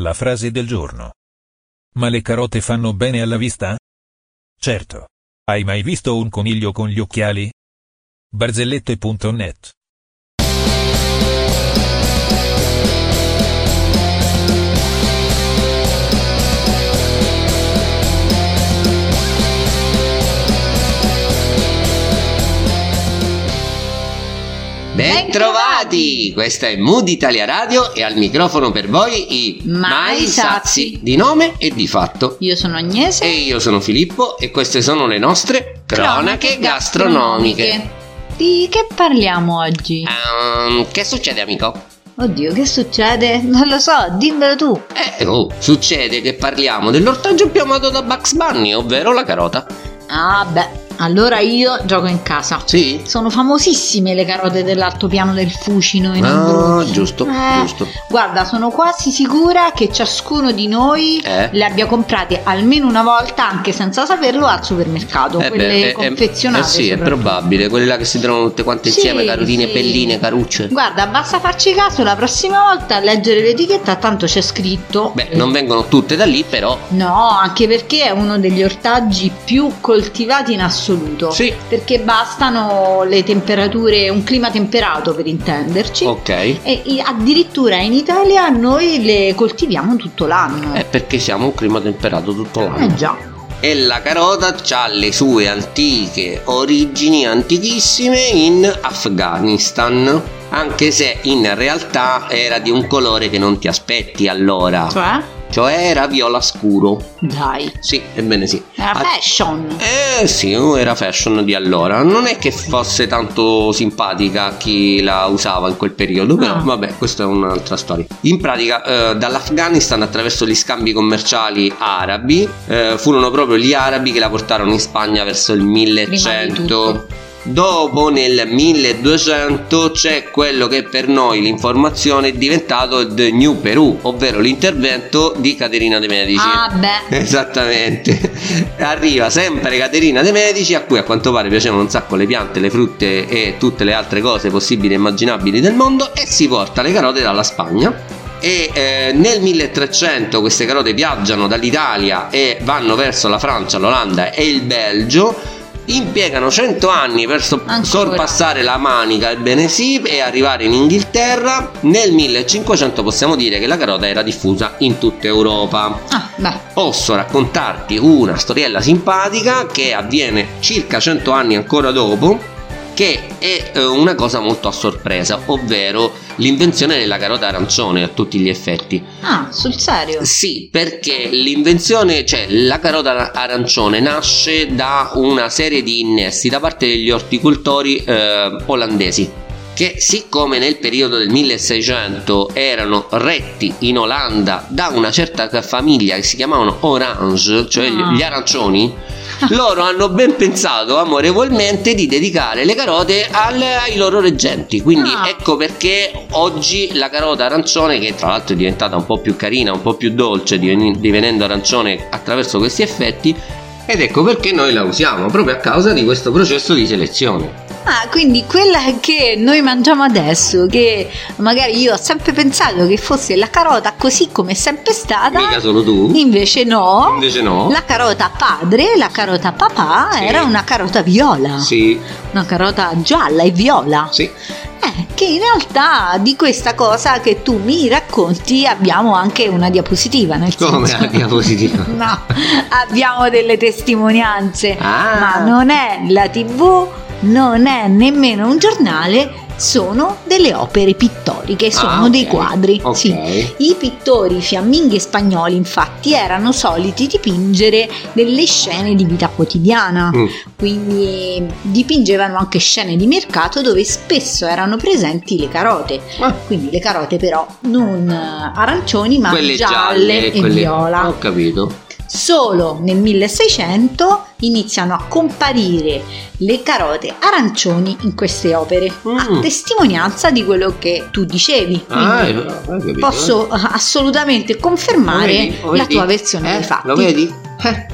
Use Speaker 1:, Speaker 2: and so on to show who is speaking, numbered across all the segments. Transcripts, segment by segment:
Speaker 1: La frase del giorno. Ma le carote fanno bene alla vista? Certo. Hai mai visto un coniglio con gli occhiali? barzellette.net
Speaker 2: Bentrovati! Questa è Mood Italia Radio e al microfono per voi i
Speaker 3: Mai
Speaker 2: Sazi
Speaker 3: Sazi.
Speaker 2: di nome e di fatto.
Speaker 3: Io sono Agnese.
Speaker 2: E io sono Filippo e queste sono le nostre cronache gastronomiche.
Speaker 3: Di che parliamo oggi?
Speaker 2: Ehm, che succede amico?
Speaker 3: Oddio, che succede? Non lo so, dimmelo tu.
Speaker 2: Eh, oh, succede che parliamo dell'ortaggio più amato da Bugs Bunny, ovvero la carota.
Speaker 3: Ah, beh, allora io gioco in casa.
Speaker 2: Sì?
Speaker 3: Sono famosissime le carote dell'altopiano del Fucino in
Speaker 2: Ah,
Speaker 3: Abruzzo.
Speaker 2: giusto,
Speaker 3: Eh,
Speaker 2: giusto.
Speaker 3: Guarda, sono quasi sicura che ciascuno di noi
Speaker 2: Eh?
Speaker 3: le abbia comprate almeno una volta, anche senza saperlo, al supermercato.
Speaker 2: Eh beh,
Speaker 3: quelle
Speaker 2: eh, eh,
Speaker 3: confezionate.
Speaker 2: eh sì, è
Speaker 3: soprattutto.
Speaker 2: probabile, quelle là che si trovano tutte quante
Speaker 3: Sì,
Speaker 2: insieme, carotine,
Speaker 3: sì.
Speaker 2: pelline, carucce.
Speaker 3: Guarda, basta farci caso la prossima volta a leggere l'etichetta, tanto c'è scritto.
Speaker 2: Beh, non vengono tutte da lì, però.
Speaker 3: No, anche perché è uno degli ortaggi più coltivati in assoluto.
Speaker 2: Sì,
Speaker 3: Perché bastano le temperature, un clima temperato per intenderci.
Speaker 2: ok. Eh,
Speaker 3: E i- addirittura in Italia noi le coltiviamo tutto l'anno.
Speaker 2: È perché siamo un clima temperato tutto l'anno.
Speaker 3: Eh già.
Speaker 2: E la carota ha le sue antiche origini antichissime in Afghanistan. Anche se in realtà era di un colore che non ti aspetti allora,
Speaker 3: Cioè?
Speaker 2: cioè era viola scuro.
Speaker 3: Dai.
Speaker 2: Sì, ebbene sì.
Speaker 3: Era
Speaker 2: Ah,
Speaker 3: fashion.
Speaker 2: Eh sì, era fashion di allora. Non è che fosse tanto simpatica a chi la usava in quel periodo, però
Speaker 3: Ah.
Speaker 2: vabbè, questa è un'altra storia. In pratica, eh, dall'Afghanistan attraverso gli scambi commerciali arabi, eh, furono proprio gli arabi che la portarono in Spagna verso il
Speaker 3: Prima di
Speaker 2: 1100.
Speaker 3: tutto.
Speaker 2: Dopo nel 1200 c'è quello che per noi l'informazione è diventato The New Perù, ovvero l'intervento di Caterina de Medici.
Speaker 3: Ah beh.
Speaker 2: Esattamente, arriva sempre Caterina De Medici, a cui a quanto pare piacevano un sacco le piante, le frutte e tutte le altre cose possibili e immaginabili del mondo, e si porta le carote dalla Spagna. E eh, nel 1300 queste carote viaggiano dall'Italia e vanno verso la Francia, l'Olanda e il Belgio. Impiegano 100 anni per so-
Speaker 3: Ancora.
Speaker 2: sorpassare la Manica, ebbene sì, e arrivare in Inghilterra. Nel 1500 possiamo dire che la carota era diffusa in tutta Europa
Speaker 3: Ah beh.
Speaker 2: posso raccontarti una storiella simpatica che avviene circa 100 anni ancora dopo, che è eh, una cosa molto a sorpresa, ovvero l'invenzione della carota arancione a tutti gli effetti.
Speaker 3: Ah, sul serio.
Speaker 2: Sì, perché l'invenzione, cioè la carota arancione nasce da una serie di innesti da parte degli orticoltori eh, olandesi che siccome nel periodo del 1600 erano retti in Olanda da una certa famiglia che si chiamavano Orange, cioè gli-
Speaker 3: Ah.
Speaker 2: gli arancioni, loro hanno ben pensato amorevolmente di dedicare le carote al- ai loro reggenti. Quindi
Speaker 3: Ah.
Speaker 2: ecco perché oggi la carota arancione, che tra l'altro è diventata un po' più carina, un po' più dolce, diven- divenendo arancione attraverso questi effetti, ed ecco perché noi la usiamo, proprio a causa di questo processo di selezione.
Speaker 3: Ah, quindi quella che noi mangiamo adesso, che magari io ho sempre pensato che fosse la carota così come è sempre stata,
Speaker 2: Mica solo tu.
Speaker 3: invece no.
Speaker 2: Invece no.
Speaker 3: La carota padre, la carota papà
Speaker 2: Sì.
Speaker 3: era una carota viola,
Speaker 2: Sì,
Speaker 3: una carota gialla e viola.
Speaker 2: sì.
Speaker 3: Eh, che in realtà di questa cosa che tu mi racconti abbiamo anche una diapositiva, nel
Speaker 2: Come
Speaker 3: senso-
Speaker 2: la diapositiva.
Speaker 3: No, abbiamo delle testimonianze.
Speaker 2: Ah,
Speaker 3: Ma non è la tv, non è nemmeno un giornale, sono delle opere pittoriche, sono
Speaker 2: Ah, ok.
Speaker 3: dei quadri.
Speaker 2: Ok.
Speaker 3: sì. I pittori fiamminghi e spagnoli infatti erano soliti dipingere delle scene di vita quotidiana,
Speaker 2: Mm.
Speaker 3: quindi dipingevano anche scene di mercato dove spesso erano presenti le carote,
Speaker 2: Ah.
Speaker 3: quindi le carote però non eh, arancioni ma
Speaker 2: Quelle
Speaker 3: gialle, e
Speaker 2: quelle-
Speaker 3: viola.
Speaker 2: Ho capito.
Speaker 3: Solo nel 1600 iniziano a comparire le carote arancioni in queste opere,
Speaker 2: Mm.
Speaker 3: a testimonianza di quello che tu dicevi.
Speaker 2: Ah,
Speaker 3: Quindi
Speaker 2: ho capito.
Speaker 3: posso assolutamente
Speaker 2: Lo
Speaker 3: confermare
Speaker 2: vedi? Lo
Speaker 3: la
Speaker 2: vedi?
Speaker 3: tua versione
Speaker 2: Eh,
Speaker 3: dei fatti.
Speaker 2: Lo vedi? Eh,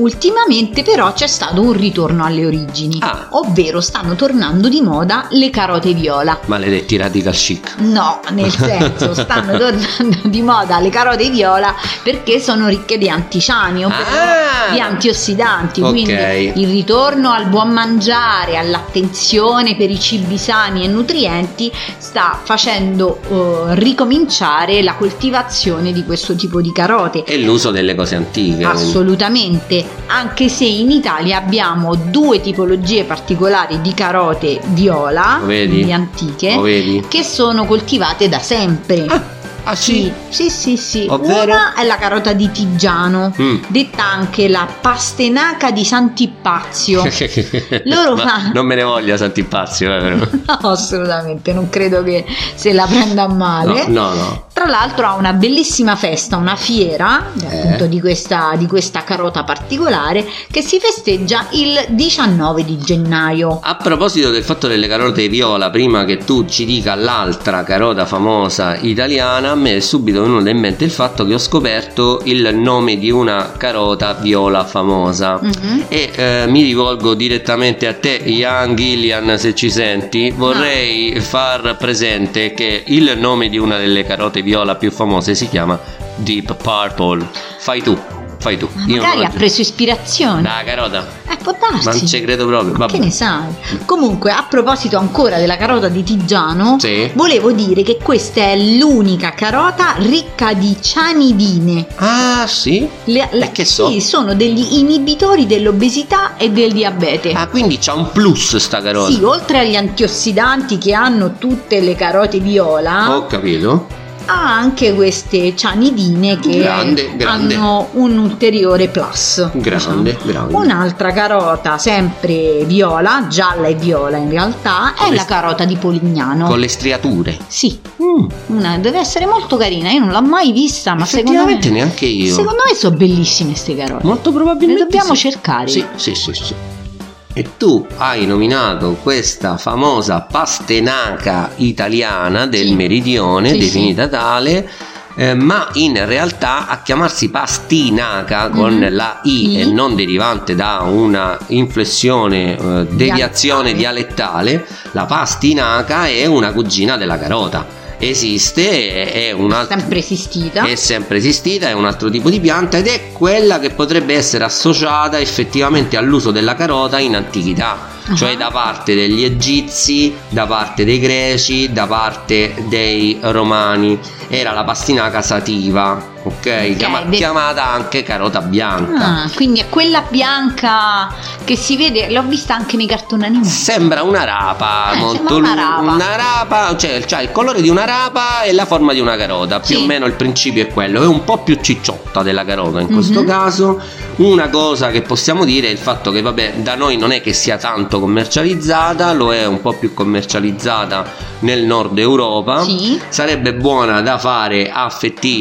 Speaker 3: Ultimamente però c'è stato un ritorno alle origini,
Speaker 2: Ah.
Speaker 3: ovvero stanno tornando di moda le carote viola.
Speaker 2: Maledetti radical chic.
Speaker 3: No, nel senso, stanno tornando di moda le carote viola perché sono ricche di anticiani, ovvero
Speaker 2: Ah!
Speaker 3: di antiossidanti,
Speaker 2: Ok.
Speaker 3: quindi il ritorno al buon mangiare, all'attenzione per i cibi sani e nutrienti sta facendo eh, ricominciare la coltivazione di questo tipo di carote.
Speaker 2: E l'uso delle cose antiche.
Speaker 3: Assolutamente, anche se in Italia abbiamo due tipologie particolari di carote viola,
Speaker 2: Lo vedi?
Speaker 3: quindi antiche,
Speaker 2: Lo vedi?
Speaker 3: che sono coltivate da sempre.
Speaker 2: Ah, Ah sì.
Speaker 3: sì, sì, sì.
Speaker 2: Ovvero?
Speaker 3: Una è la carota di Tigiano,
Speaker 2: Mm.
Speaker 3: detta anche la pastenaca di Santipazio. Loro
Speaker 2: Ma
Speaker 3: fanno-
Speaker 2: Non me ne voglia Santipazio, eh, però.
Speaker 3: no, assolutamente, non credo che se la prenda a male.
Speaker 2: No, no, no.
Speaker 3: Tra l'altro ha una bellissima festa, una fiera eh,
Speaker 2: Eh.
Speaker 3: appunto di questa, di questa carota particolare che si festeggia il 19 di gennaio.
Speaker 2: A proposito del fatto delle carote viola, prima che tu ci dica l'altra carota famosa italiana, a me è subito venuto in mente il fatto che ho scoperto il nome di una carota viola famosa.
Speaker 3: Mhm.
Speaker 2: E eh, mi rivolgo direttamente a te, Ian Gillian, se ci senti. Vorrei
Speaker 3: Ah.
Speaker 2: far presente che il nome di una delle carote viola più famose si chiama Deep Purple. Fai tu, fai tu.
Speaker 3: Ma
Speaker 2: Io
Speaker 3: magari
Speaker 2: non-
Speaker 3: ha preso ispirazione.
Speaker 2: Da carota.
Speaker 3: Eh, può
Speaker 2: Ma non
Speaker 3: darsi.
Speaker 2: ci credo proprio.
Speaker 3: Ma
Speaker 2: Vabbè.
Speaker 3: che ne sai? Comunque, a proposito ancora della carota di Tigiano,
Speaker 2: Sì.
Speaker 3: volevo dire che questa è l'unica carota ricca di cianidine.
Speaker 2: Ah, sì?
Speaker 3: Le- le-
Speaker 2: E che so?
Speaker 3: Sì, sono degli inibitori dell'obesità e del diabete.
Speaker 2: Ah, quindi c'ha un plus sta carota.
Speaker 3: Sì, oltre agli antiossidanti che hanno tutte le carote viola,
Speaker 2: Ho capito.
Speaker 3: ha anche queste cianidine che
Speaker 2: Grande, grande.
Speaker 3: hanno un ulteriore plus.
Speaker 2: Grande,
Speaker 3: diciamo.
Speaker 2: grande.
Speaker 3: Un'altra carota, sempre viola, gialla e viola in realtà,
Speaker 2: Con
Speaker 3: è
Speaker 2: le-
Speaker 3: la carota di Polignano.
Speaker 2: Con le striature.
Speaker 3: Sì,
Speaker 2: Mm,
Speaker 3: una, deve essere molto carina, io non l'ho mai vista, ma secondo me,
Speaker 2: Effettivamente neanche io.
Speaker 3: secondo me sono bellissime queste carote.
Speaker 2: Molto
Speaker 3: Le
Speaker 2: probabilmente.
Speaker 3: dobbiamo
Speaker 2: sì.
Speaker 3: cercare.
Speaker 2: Sì, sì, sì, sì. E tu hai nominato questa famosa pastenaca italiana del
Speaker 3: Sì.
Speaker 2: meridione,
Speaker 3: Sì,
Speaker 2: definita tale, eh, ma in realtà a chiamarsi pastinaca con
Speaker 3: Mhm.
Speaker 2: la I,
Speaker 3: I.
Speaker 2: e non derivante da una inflessione, eh, deviazione dialettale, la pastinaca è una cugina della carota. Esiste, è, è un altro
Speaker 3: Sempre esistita.
Speaker 2: è sempre esistita, è un altro tipo di pianta ed è quella che potrebbe essere associata effettivamente all'uso della carota in antichità,
Speaker 3: Ah.
Speaker 2: cioè da parte degli egizi, da parte dei greci, da parte dei romani. Era la pastinaca sativa, ok? Chiama-
Speaker 3: de-
Speaker 2: chiamata anche carota bianca.
Speaker 3: Ah, quindi è quella bianca che si vede, l'ho vista anche nei cartoni animati.
Speaker 2: Sembra una rapa,
Speaker 3: Eh,
Speaker 2: molto
Speaker 3: sembra una
Speaker 2: lu-
Speaker 3: rapa.
Speaker 2: una rapa, cioè, cioè il colore di una rapa e la forma di una carota, più
Speaker 3: Sì.
Speaker 2: o meno il principio è quello, è un po' più cicciotta della carota in questo
Speaker 3: Mhm.
Speaker 2: caso. Una cosa che possiamo dire è il fatto che vabbè, da noi non è che sia tanto commercializzata, lo è un po' più commercializzata nel nord Europa.
Speaker 3: Sì.
Speaker 2: Sarebbe buona da fare a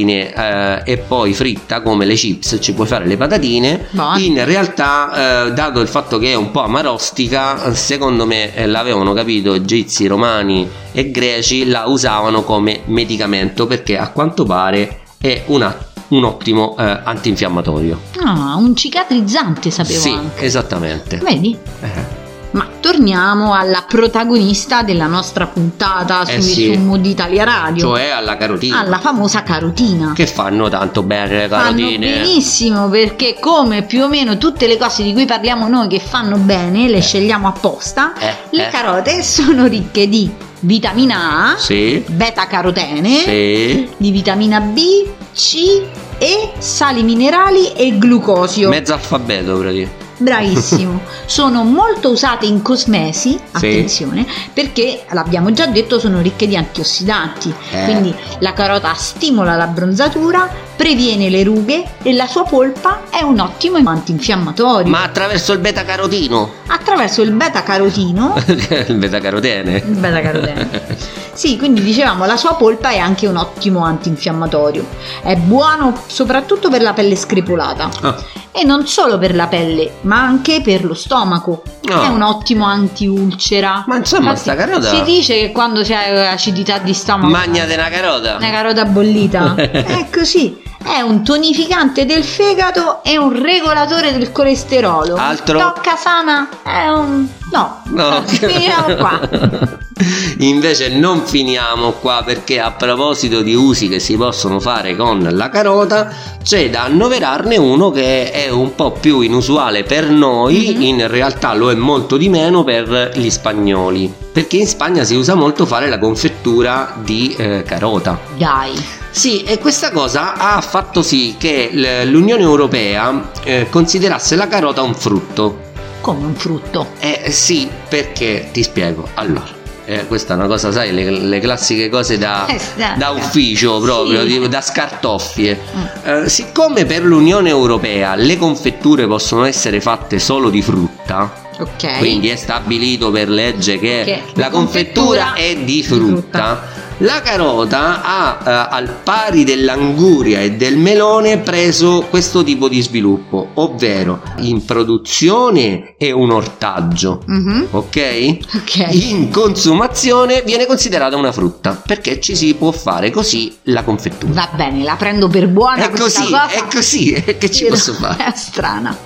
Speaker 2: fettine eh, e poi fritta come le chips, ci puoi fare le patatine.
Speaker 3: Buona.
Speaker 2: In realtà, eh, dato il fatto che è un po' amarostica, secondo me eh, l'avevano capito egizi, romani e greci, la usavano come medicamento perché a quanto pare è una- un ottimo eh, antinfiammatorio.
Speaker 3: Ah, un cicatrizzante sapevo
Speaker 2: sì,
Speaker 3: anche.
Speaker 2: esattamente.
Speaker 3: Vedi?
Speaker 2: Eh,
Speaker 3: Ma torniamo alla protagonista della nostra puntata su,
Speaker 2: Eh sì.
Speaker 3: su Mood Italia Radio,
Speaker 2: cioè alla carotina.
Speaker 3: alla famosa carotina.
Speaker 2: Che fanno tanto bene le
Speaker 3: Fanno
Speaker 2: carotine. Eh,
Speaker 3: benissimo perché come più o meno tutte le cose di cui parliamo noi che fanno bene, le scegliamo apposta,
Speaker 2: Eh,
Speaker 3: le
Speaker 2: eh.
Speaker 3: carote sono ricche di vitamina A,
Speaker 2: Sì,
Speaker 3: beta carotene,
Speaker 2: sì.
Speaker 3: di vitamina B, C e sali minerali e glucosio.
Speaker 2: Mezzo alfabeto praticamente.
Speaker 3: Bravissimo. Sono molto usate in cosmesi, attenzione, perché l'abbiamo già detto sono ricche di antiossidanti.
Speaker 2: Eh.
Speaker 3: Quindi la carota stimola la bronzatura, previene le rughe e la sua polpa è un ottimo antinfiammatorio.
Speaker 2: Ma attraverso il beta carotino.
Speaker 3: Attraverso il beta carotino,
Speaker 2: il beta carotene.
Speaker 3: il beta carotene. Sì, quindi dicevamo la sua polpa è anche un ottimo antinfiammatorio. È buono soprattutto per la pelle screpolata.
Speaker 2: Ah.
Speaker 3: E non solo per la pelle, ma anche per lo stomaco.
Speaker 2: Ah.
Speaker 3: È un ottimo antiulcera.
Speaker 2: Ma insomma,
Speaker 3: Infatti,
Speaker 2: sta carota.
Speaker 3: Si dice che quando c'è acidità di stomaco. Eh,
Speaker 2: Magnate una carota. Eh.
Speaker 3: Una carota bollita. è così. È un tonificante del fegato e un regolatore del colesterolo.
Speaker 2: Altro?
Speaker 3: Tocca sana? È un... No,
Speaker 2: No.
Speaker 3: finiamo qua.
Speaker 2: Invece non finiamo qua perché a proposito di usi che si possono fare con la carota, c'è da annoverarne uno che è un po' più inusuale per noi,
Speaker 3: Mhm.
Speaker 2: in realtà lo è molto di meno per gli spagnoli, perché in Spagna si usa molto fare la confettura di eh, carota.
Speaker 3: Dai.
Speaker 2: Sì, e questa cosa ha fatto sì che l- l'Unione Europea eh, considerasse la carota un frutto.
Speaker 3: come un frutto.
Speaker 2: Eh sì, perché ti spiego. Allora, eh, questa è una cosa, sai, le, le classiche cose da,
Speaker 3: Eh, sì.
Speaker 2: Ah, da ufficio proprio,
Speaker 3: Sì. Mm.
Speaker 2: di- da scartoffie. Eh, siccome per l'Unione Europea le confetture possono essere fatte solo di frutta,
Speaker 3: Ok.
Speaker 2: quindi è stabilito per legge che,
Speaker 3: Che
Speaker 2: la confettura, è di frutta, la carota ha eh, al pari dell'anguria e del melone preso questo tipo di sviluppo, ovvero in produzione è un ortaggio,
Speaker 3: Mhm,
Speaker 2: ok?
Speaker 3: Ok.
Speaker 2: In consumazione viene considerata una frutta perché ci si può fare così la confettura.
Speaker 3: Va bene, la prendo per buona.
Speaker 2: è
Speaker 3: questa
Speaker 2: così,
Speaker 3: cosa.
Speaker 2: è così, che ci
Speaker 3: Sì,
Speaker 2: posso fare?
Speaker 3: no, È strana.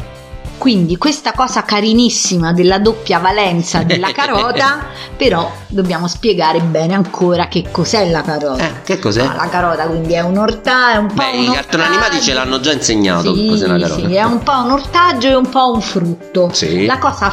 Speaker 3: Quindi questa cosa carinissima della doppia valenza della carota, però dobbiamo spiegare bene ancora che cos'è la carota.
Speaker 2: Eh, che cos'è?
Speaker 3: No, la carota quindi è un orta, è un po'
Speaker 2: Beh,
Speaker 3: un
Speaker 2: i cartoni
Speaker 3: ortaggio.
Speaker 2: animati ce l'hanno già insegnato
Speaker 3: Sì,
Speaker 2: che cos'è la carota.
Speaker 3: sì, è un po' un ortaggio e un po' un frutto.
Speaker 2: Sì,
Speaker 3: La cosa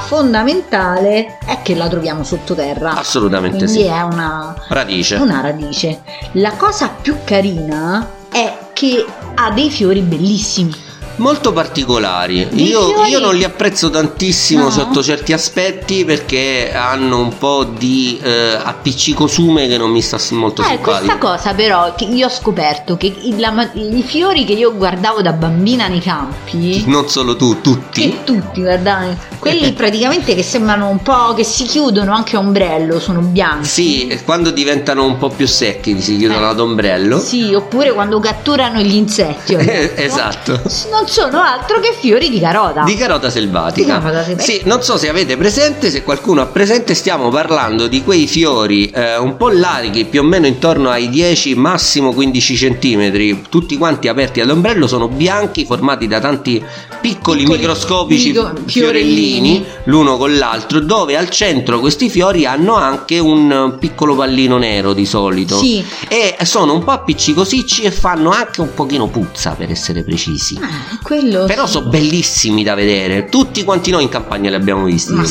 Speaker 3: fondamentale è che la troviamo sottoterra.
Speaker 2: assolutamente
Speaker 3: Quindi
Speaker 2: sì.
Speaker 3: è una
Speaker 2: Radice.
Speaker 3: una radice. La cosa più carina è che ha dei fiori bellissimi.
Speaker 2: molto particolari.
Speaker 3: Dei
Speaker 2: Io,
Speaker 3: fiori-
Speaker 2: io non li apprezzo tantissimo
Speaker 3: No?
Speaker 2: sotto certi aspetti perché hanno un po' di eh, appiccicosume che non mi sta s- molto
Speaker 3: Eh, questa
Speaker 2: simpatico.
Speaker 3: cosa però che io ho scoperto che i, la- i fiori che io guardavo da bambina nei campi,
Speaker 2: Non solo tu, tutti.
Speaker 3: che tutti guardavano, quelli praticamente che sembrano un po' che si chiudono anche a ombrello, sono bianchi.
Speaker 2: Sì, e quando diventano un po' più secchi si chiudono
Speaker 3: Eh.
Speaker 2: ad ombrello.
Speaker 3: Sì, oppure quando catturano gli insetti. ho
Speaker 2: Eh,
Speaker 3: detto.
Speaker 2: esatto.
Speaker 3: Non sono altro che fiori di carota.
Speaker 2: Di carota selvatica.
Speaker 3: Di carota selvatica.
Speaker 2: Sì, non so se avete presente, se qualcuno ha presente, stiamo parlando di quei fiori eh, un po' larghi, più o meno intorno ai 10, massimo 15 centimetri, tutti quanti aperti all'ombrello, sono bianchi, formati da tanti piccoli,
Speaker 3: Piccoli
Speaker 2: microscopici
Speaker 3: figo-
Speaker 2: fiorellini,
Speaker 3: fiorellini.
Speaker 2: l'uno con l'altro, dove al centro questi fiori hanno anche un eh, piccolo pallino nero di solito.
Speaker 3: Sì.
Speaker 2: E sono un po' appiccicosicci e fanno anche un pochino puzza, per essere precisi.
Speaker 3: Ah, quello
Speaker 2: Però
Speaker 3: sì.
Speaker 2: sono bellissimi da vedere. Tutti quanti noi in campagna li abbiamo visti.
Speaker 3: Ma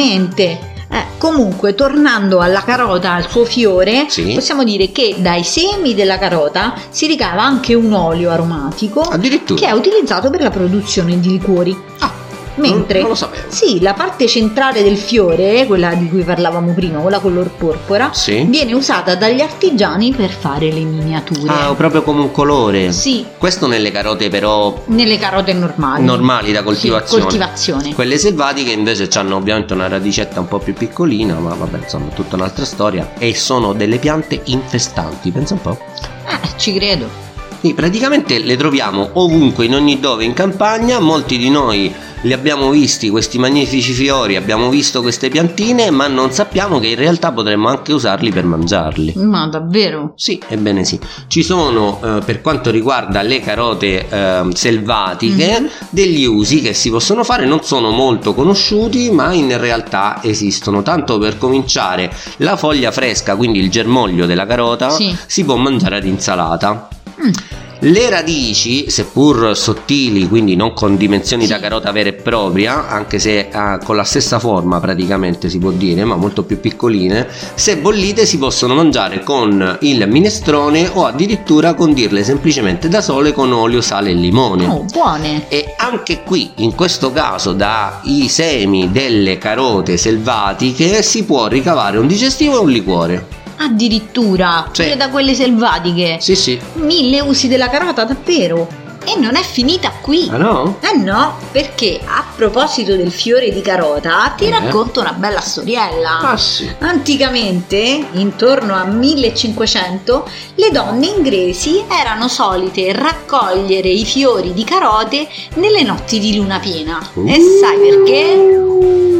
Speaker 3: sicuramente. Eh, comunque, tornando alla carota, al suo fiore,
Speaker 2: Sì.
Speaker 3: possiamo dire che dai semi della carota si ricava anche un olio aromatico
Speaker 2: Addirittura.
Speaker 3: che è utilizzato per la produzione di liquori.
Speaker 2: Ah,
Speaker 3: Mentre
Speaker 2: Non lo sapevo.
Speaker 3: sì, la parte centrale del fiore, quella di cui parlavamo prima, quella color porpora,
Speaker 2: Sì.
Speaker 3: viene usata dagli artigiani per fare le miniature.
Speaker 2: Ah, proprio come un colore.
Speaker 3: Sì,
Speaker 2: Questo nelle carote però
Speaker 3: nelle carote normali.
Speaker 2: normali da
Speaker 3: Sì,
Speaker 2: coltivazione.
Speaker 3: coltivazione.
Speaker 2: Quelle selvatiche invece hanno ovviamente una radicetta un po' più piccolina, ma vabbè, insomma, tutta un'altra storia. E sono delle piante infestanti, pensa un po'.
Speaker 3: Eh, ci credo.
Speaker 2: Sì, praticamente le troviamo ovunque, in ogni dove, in campagna, molti di noi li abbiamo visti, questi magnifici fiori, abbiamo visto queste piantine, ma non sappiamo che in realtà potremmo anche usarli per mangiarli.
Speaker 3: Ma davvero?
Speaker 2: Sì, ebbene sì. Ci sono, eh, per quanto riguarda le carote ehm, selvatiche,
Speaker 3: Mhm.
Speaker 2: degli usi che si possono fare, non sono molto conosciuti, ma in realtà esistono. Tanto per cominciare, la foglia fresca, quindi il germoglio della carota,
Speaker 3: Sì.
Speaker 2: si può mangiare ad insalata.
Speaker 3: Mm.
Speaker 2: Le radici, seppur sottili, quindi non con dimensioni
Speaker 3: Sì.
Speaker 2: da carota vera e propria, anche se ah, con la stessa forma praticamente si può dire, ma molto più piccoline, se bollite si possono mangiare con il minestrone o addirittura condirle semplicemente da sole con olio, sale e limone.
Speaker 3: Oh, buone.
Speaker 2: E anche qui, in questo caso, dai semi delle carote selvatiche si può ricavare un digestivo e un liquore.
Speaker 3: Addirittura,
Speaker 2: Sì.
Speaker 3: pure da quelle selvatiche.
Speaker 2: Sì, sì.
Speaker 3: Mille usi della carota, davvero. E non è finita qui.
Speaker 2: Ah no?
Speaker 3: Eh no, perché a proposito del fiore di carota, ti
Speaker 2: Eh.
Speaker 3: racconto una bella storiella.
Speaker 2: Ah sì.
Speaker 3: Anticamente, intorno a 1500, le donne inglesi erano solite raccogliere i fiori di carote nelle notti di luna piena. E
Speaker 2: Uh.
Speaker 3: sai perché?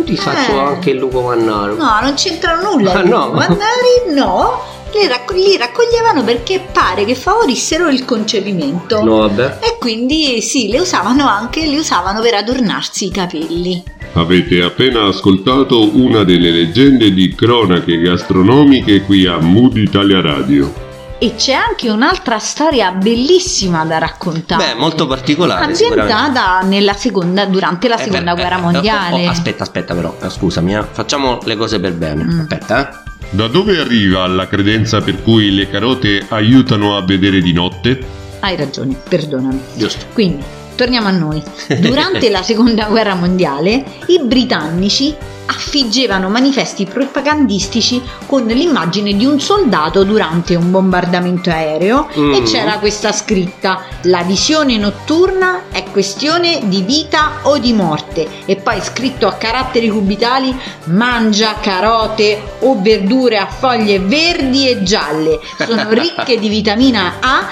Speaker 2: Ti faccio
Speaker 3: Eh.
Speaker 2: anche il lupo mannaro.
Speaker 3: No, non c'entra nulla.
Speaker 2: Ah, no?
Speaker 3: Magari no, li, raccog- li raccoglievano perché pare che favorissero il concepimento.
Speaker 2: No, vabbè.
Speaker 3: E quindi sì, le usavano anche, le usavano per adornarsi i capelli.
Speaker 4: Avete appena ascoltato una delle leggende di cronache gastronomiche qui a Mood Italia Radio.
Speaker 3: E c'è anche un'altra storia bellissima da raccontare.
Speaker 2: Beh, molto particolare. sicuramente.
Speaker 3: ambientata nella seconda, durante la
Speaker 2: Eh,
Speaker 3: seconda
Speaker 2: per-
Speaker 3: guerra
Speaker 2: eh,
Speaker 3: mondiale.
Speaker 2: oh, oh, aspetta, aspetta però, eh, scusami, eh. facciamo le cose per bene.
Speaker 3: Mm.
Speaker 2: Aspetta, eh.
Speaker 4: Da dove arriva la credenza per cui le carote aiutano a vedere di notte?
Speaker 3: Hai ragione, perdonami.
Speaker 2: Giusto.
Speaker 3: Quindi, torniamo a noi. Durante la seconda guerra mondiale, i britannici affiggevano manifesti propagandistici con l'immagine di un soldato durante un bombardamento aereo e
Speaker 2: Mm.
Speaker 3: c'era questa scritta: La visione notturna è questione di vita o di morte. E poi scritto a caratteri cubitali: Mangia carote o verdure a foglie verdi e gialle. Sono ricche di vitamina A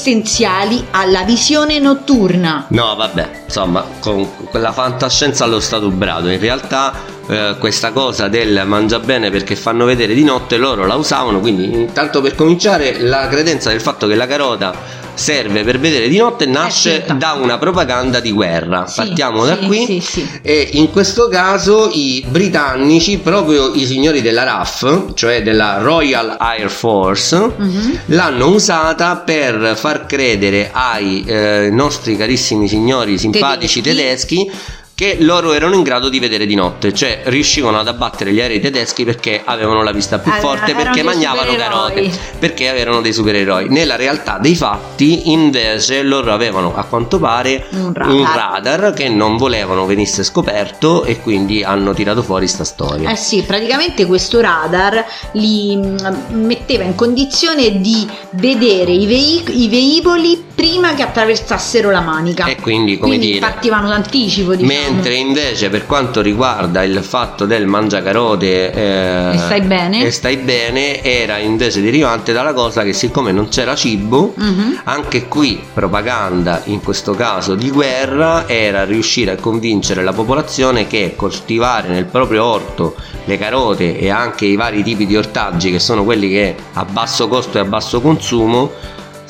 Speaker 3: essenziali alla visione notturna.
Speaker 2: No, vabbè, insomma, con quella fantascienza allo stato brado. In realtà eh, questa cosa del mangia bene perché fanno vedere di notte, loro la usavano, quindi intanto per cominciare la credenza del fatto che la carota serve per vedere di notte nasce
Speaker 3: finta.
Speaker 2: da una propaganda di guerra.
Speaker 3: Eh, Sì,
Speaker 2: Ah, Partiamo da
Speaker 3: sì,
Speaker 2: qui.
Speaker 3: sì, sì.
Speaker 2: E in questo caso i britannici, proprio i signori della RAF, cioè della Royal Air Force,
Speaker 3: Mhm.
Speaker 2: l'hanno usata per far credere ai eh, nostri carissimi signori simpatici
Speaker 3: Tedeschi.
Speaker 2: tedeschi. che loro erano in grado di vedere di notte, cioè riuscivano ad abbattere gli aerei tedeschi perché avevano la vista più
Speaker 3: Allora,
Speaker 2: forte,
Speaker 3: erano
Speaker 2: perché
Speaker 3: dei
Speaker 2: mangiavano
Speaker 3: supereroi.
Speaker 2: carote, perché erano dei supereroi. Nella realtà dei fatti, invece, loro avevano a quanto pare
Speaker 3: Un
Speaker 2: un
Speaker 3: radar.
Speaker 2: radar che non volevano venisse scoperto e quindi hanno tirato fuori sta storia.
Speaker 3: Eh sì, praticamente questo radar li mh, metteva in condizione di vedere i, veic- i veicoli prima che attraversassero la manica.
Speaker 2: E quindi, Eh, come
Speaker 3: Quindi
Speaker 2: dire,
Speaker 3: partivano d'anticipo, diciamo.
Speaker 2: Mentre invece per quanto riguarda il fatto del mangiacarote eh,
Speaker 3: E stai bene?
Speaker 2: e stai bene, era invece derivante dalla cosa che siccome non c'era cibo,
Speaker 3: Mhm.
Speaker 2: anche qui propaganda, in questo caso di guerra, era riuscire a convincere la popolazione che coltivare nel proprio orto le carote e anche i vari tipi di ortaggi che sono quelli che a basso costo e a basso consumo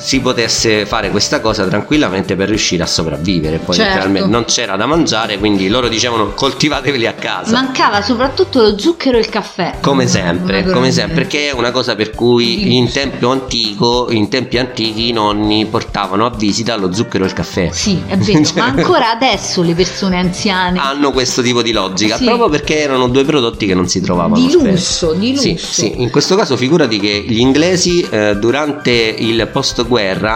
Speaker 2: si potesse fare questa cosa tranquillamente per riuscire a sopravvivere. Poi
Speaker 3: Certo.
Speaker 2: letteralmente non c'era da mangiare, quindi loro dicevano coltivateveli a casa.
Speaker 3: Mancava soprattutto lo zucchero e il caffè.
Speaker 2: esatto. Come
Speaker 3: Una-
Speaker 2: sempre,
Speaker 3: una
Speaker 2: come
Speaker 3: vergogna.
Speaker 2: sempre, perché è una cosa per cui in tempo antico, in tempi antichi i nonni portavano a visita lo zucchero e il caffè.
Speaker 3: Sì, è vero,
Speaker 2: Cioè-
Speaker 3: ma ancora adesso le persone anziane
Speaker 2: Hanno questo tipo di logica,
Speaker 3: Sì.
Speaker 2: proprio perché erano due prodotti che non si trovavano
Speaker 3: di
Speaker 2: spesso.
Speaker 3: lusso, di lusso.
Speaker 2: Sì, sì, in questo caso figurati che gli inglesi eh, durante il post-guerra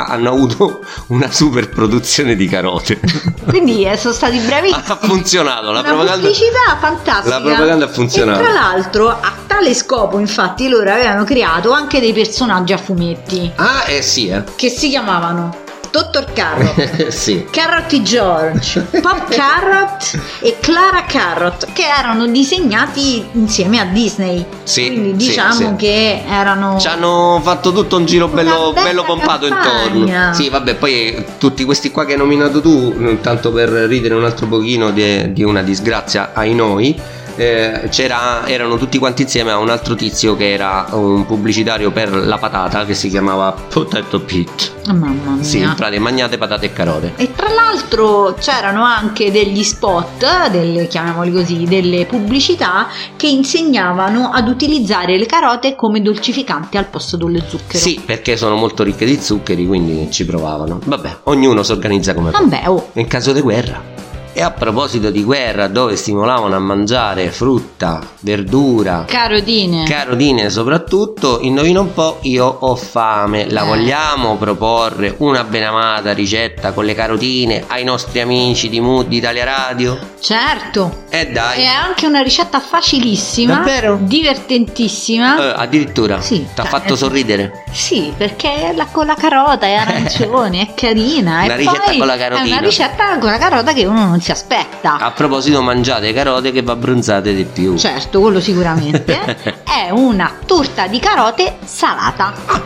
Speaker 2: hanno avuto una super produzione di carote.
Speaker 3: Quindi eh, sono stati bravissimi.
Speaker 2: ha funzionato la
Speaker 3: una
Speaker 2: propaganda.
Speaker 3: pubblicità fantastica.
Speaker 2: La propaganda ha funzionato.
Speaker 3: E tra l'altro, a tale scopo, infatti, loro avevano creato anche dei personaggi a fumetti
Speaker 2: Ah, eh sì, eh.
Speaker 3: che si chiamavano Dottor Carrot.
Speaker 2: sì.
Speaker 3: Carrot George, Pop Carrot e Clara Carrot che erano disegnati insieme a Disney.
Speaker 2: Sì,
Speaker 3: Quindi
Speaker 2: sì,
Speaker 3: diciamo
Speaker 2: sì.
Speaker 3: che erano
Speaker 2: Ci hanno fatto tutto un giro
Speaker 3: Una
Speaker 2: bello,
Speaker 3: bella
Speaker 2: bello pompato
Speaker 3: campagna.
Speaker 2: intorno. Sì, vabbè, poi eh, tutti questi qua che hai nominato tu, mm, tanto per ridere un altro pochino de- di, una disgrazia ai noi. eh, c'era, erano tutti quanti insieme a un altro tizio che era un pubblicitario per la patata che si chiamava Potato Pit.
Speaker 3: mamma mia.
Speaker 2: Sì, in pratica magnate patate e carote.
Speaker 3: E tra l'altro c'erano anche degli spot, delle, chiamiamoli così, delle pubblicità che insegnavano ad utilizzare le carote come dolcificanti al posto dello zucchero.
Speaker 2: Sì, perché sono molto ricche di zuccheri, quindi ci provavano. Vabbè, ognuno si organizza come può.
Speaker 3: Vabbè, oh,
Speaker 2: in caso di guerra. E a proposito di guerra, dove stimolavano a mangiare frutta,
Speaker 3: Eh.
Speaker 2: verdura,
Speaker 3: carotine.
Speaker 2: carotine soprattutto, indovina un po', io ho fame. La
Speaker 3: Eh.
Speaker 2: vogliamo proporre una ben amata ricetta con le carotine ai nostri amici di Mood Italia Radio?
Speaker 3: certo.
Speaker 2: E dai,
Speaker 3: È anche una ricetta facilissima,
Speaker 2: Davvero?
Speaker 3: divertentissima.
Speaker 2: Eh, addirittura
Speaker 3: Sì,
Speaker 2: ti ha
Speaker 3: cioè,
Speaker 2: fatto
Speaker 3: eh,
Speaker 2: sorridere.
Speaker 3: Sì, perché la, con la carota è arancione, è carina.
Speaker 2: Una
Speaker 3: e
Speaker 2: ricetta
Speaker 3: poi
Speaker 2: con la
Speaker 3: È
Speaker 2: carotina.
Speaker 3: una ricetta con la carota che uno non si aspetta.
Speaker 2: A proposito, mangiate carote che vi abbronzate di più.
Speaker 3: Certo, quello sicuramente. è una torta di carote salata.
Speaker 2: Ah,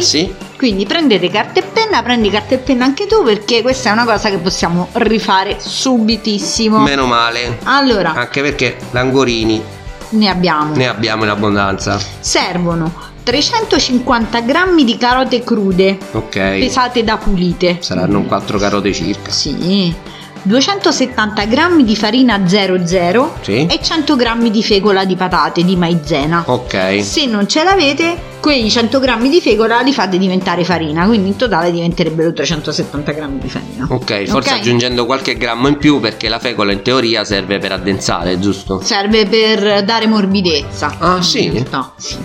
Speaker 2: sì?
Speaker 3: Quindi prendete carta e penna, prendi carta e penna anche tu perché questa è una cosa che possiamo rifare subitissimo.
Speaker 2: Meno Ah. male.
Speaker 3: allora,
Speaker 2: Anche perché langorini
Speaker 3: ne abbiamo.
Speaker 2: ne abbiamo in abbondanza.
Speaker 3: Servono 350 grammi di carote crude,
Speaker 2: Ok.
Speaker 3: pesate da pulite.
Speaker 2: Saranno 4 carote circa.
Speaker 3: Sì. 270 grammi di farina 00
Speaker 2: Sì.
Speaker 3: e 100 grammi di fecola di patate di maizena.
Speaker 2: Ok.
Speaker 3: Se non ce l'avete, quei 100 grammi di fecola li fate diventare farina, quindi in totale diventerebbero 370 grammi di farina.
Speaker 2: Ok, forse
Speaker 3: Ok.
Speaker 2: aggiungendo qualche grammo in più perché la fecola in teoria serve per addensare, giusto?
Speaker 3: Serve per dare morbidezza.
Speaker 2: Ah, sì?
Speaker 3: In realtà, sì.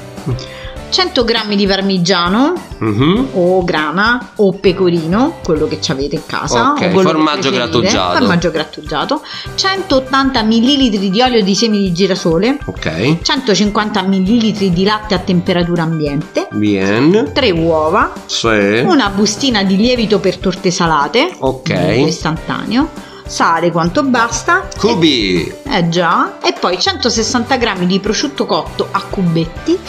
Speaker 3: 100 grammi di parmigiano
Speaker 2: Mhm.
Speaker 3: o grana o pecorino, quello che ci avete in casa.
Speaker 2: Ok,
Speaker 3: o quello che
Speaker 2: formaggio
Speaker 3: preferite,
Speaker 2: grattugiato.
Speaker 3: Formaggio grattugiato. 180 ml di olio di semi di girasole.
Speaker 2: Ok.
Speaker 3: 150 ml di latte a temperatura ambiente.
Speaker 2: Bien.
Speaker 3: 3 uova.
Speaker 2: Sì.
Speaker 3: Una bustina di lievito per torte salate.
Speaker 2: Ok.
Speaker 3: lievito Istantaneo. Sale quanto basta.
Speaker 2: Cubi.
Speaker 3: Eh già, e poi 160 grammi di prosciutto cotto a cubetti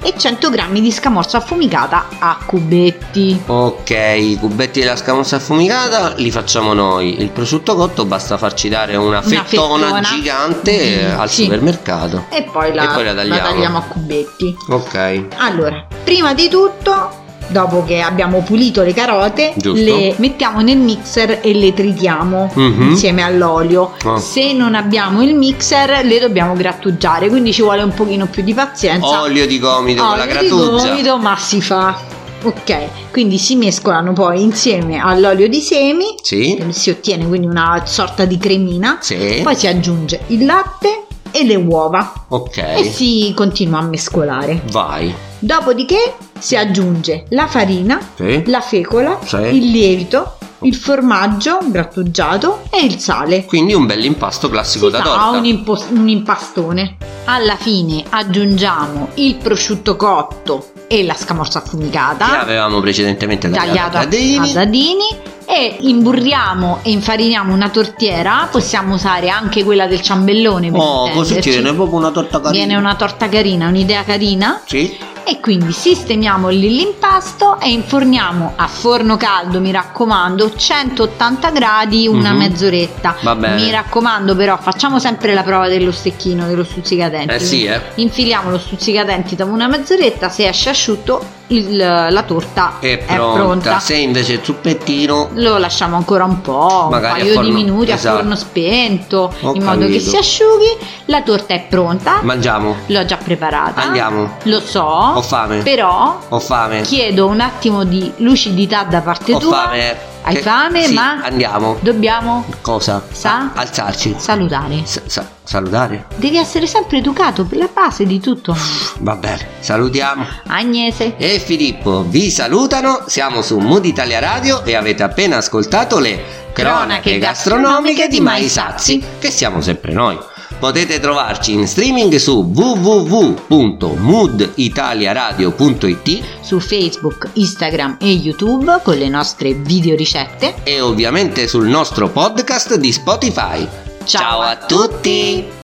Speaker 3: e 100 grammi di scamorza affumicata a cubetti.
Speaker 2: Ok, i cubetti della scamossa affumicata li facciamo noi. Il prosciutto cotto basta farci dare una, fettona,
Speaker 3: fettona.
Speaker 2: gigante eh,
Speaker 3: Mm,
Speaker 2: al
Speaker 3: sì.
Speaker 2: supermercato.
Speaker 3: E poi la,
Speaker 2: E poi la tagliamo.
Speaker 3: a cubetti.
Speaker 2: Ok.
Speaker 3: Allora, prima di tutto, dopo che abbiamo pulito le carote,
Speaker 2: Giusto.
Speaker 3: le mettiamo nel mixer e le tritiamo
Speaker 2: Mhm.
Speaker 3: insieme all'olio.
Speaker 2: Ah.
Speaker 3: Se non abbiamo il mixer, le dobbiamo grattugiare, quindi ci vuole un pochino più di pazienza.
Speaker 2: Olio di gomito con la
Speaker 3: Olio di
Speaker 2: grattugia.
Speaker 3: gomito, ma si fa. Ok, quindi si mescolano poi insieme all'olio di semi,
Speaker 2: Sì.
Speaker 3: si ottiene quindi una sorta di cremina,
Speaker 2: Sì.
Speaker 3: poi si aggiunge il latte e le uova e
Speaker 2: Ok.
Speaker 3: si continua a mescolare.
Speaker 2: Vai.
Speaker 3: Dopodiché si aggiunge la farina,
Speaker 2: Sì.
Speaker 3: la fecola,
Speaker 2: Sì.
Speaker 3: il lievito, il formaggio grattugiato e il sale.
Speaker 2: Quindi un bell'impasto classico
Speaker 3: Si
Speaker 2: da
Speaker 3: fa
Speaker 2: torta.
Speaker 3: un, impo- un impastone. Alla fine aggiungiamo il prosciutto cotto e la scamorza
Speaker 2: Che
Speaker 3: affumicata
Speaker 2: avevamo precedentemente tagliato
Speaker 3: tagliato
Speaker 2: a
Speaker 3: a a
Speaker 2: dadini.
Speaker 3: dadini e imburriamo e infariniamo una tortiera. Possiamo usare anche quella del ciambellone per
Speaker 2: Oh, così
Speaker 3: intenderci.
Speaker 2: ci viene proprio una torta carina.
Speaker 3: Viene una torta carina, un'idea carina.
Speaker 2: Sì.
Speaker 3: E quindi sistemiamo lì l'impasto e inforniamo a forno caldo, mi raccomando, 180 gradi una
Speaker 2: Mhm.
Speaker 3: mezz'oretta.
Speaker 2: Va bene.
Speaker 3: Mi raccomando però, facciamo sempre la prova dello stecchino, dello stuzzicadenti.
Speaker 2: Eh sì, eh.
Speaker 3: Infiliamo lo stuzzicadenti dopo una mezz'oretta, se esce asciutto il- la torta
Speaker 2: È
Speaker 3: è
Speaker 2: pronta. Se invece il zuppettino.
Speaker 3: Lo lasciamo ancora un po',
Speaker 2: Magari a
Speaker 3: un paio
Speaker 2: forno-
Speaker 3: di minuti
Speaker 2: esatto.
Speaker 3: a forno spento,
Speaker 2: Ho
Speaker 3: in modo che
Speaker 2: capito.
Speaker 3: si asciughi. La torta è pronta,
Speaker 2: Mangiamo.
Speaker 3: l'ho già preparata.
Speaker 2: Andiamo.
Speaker 3: Ah, Lo so,
Speaker 2: Ho fame.
Speaker 3: però
Speaker 2: Ho fame.
Speaker 3: chiedo un attimo di lucidità da parte
Speaker 2: Ho
Speaker 3: tua.
Speaker 2: fame.
Speaker 3: Hai
Speaker 2: Che-
Speaker 3: fame,
Speaker 2: sì,
Speaker 3: ma
Speaker 2: Andiamo.
Speaker 3: dobbiamo
Speaker 2: Cosa?
Speaker 3: Sa?
Speaker 2: Alzarci.
Speaker 3: salutare.
Speaker 2: Sa- sa- salutare?
Speaker 3: Devi essere sempre educato per la base di tutto.
Speaker 2: Va bene. Salutiamo.
Speaker 3: Agnese.
Speaker 2: E Filippo vi salutano, siamo su Mood Italia Radio e avete appena ascoltato le cronache gastronomiche di Maisazzi, che siamo sempre noi. Potete trovarci in streaming su www.mooditaliaradio.it
Speaker 3: su Facebook, Instagram e YouTube con le nostre videoricette.
Speaker 2: e ovviamente sul nostro podcast di Spotify. Ciao a tutti!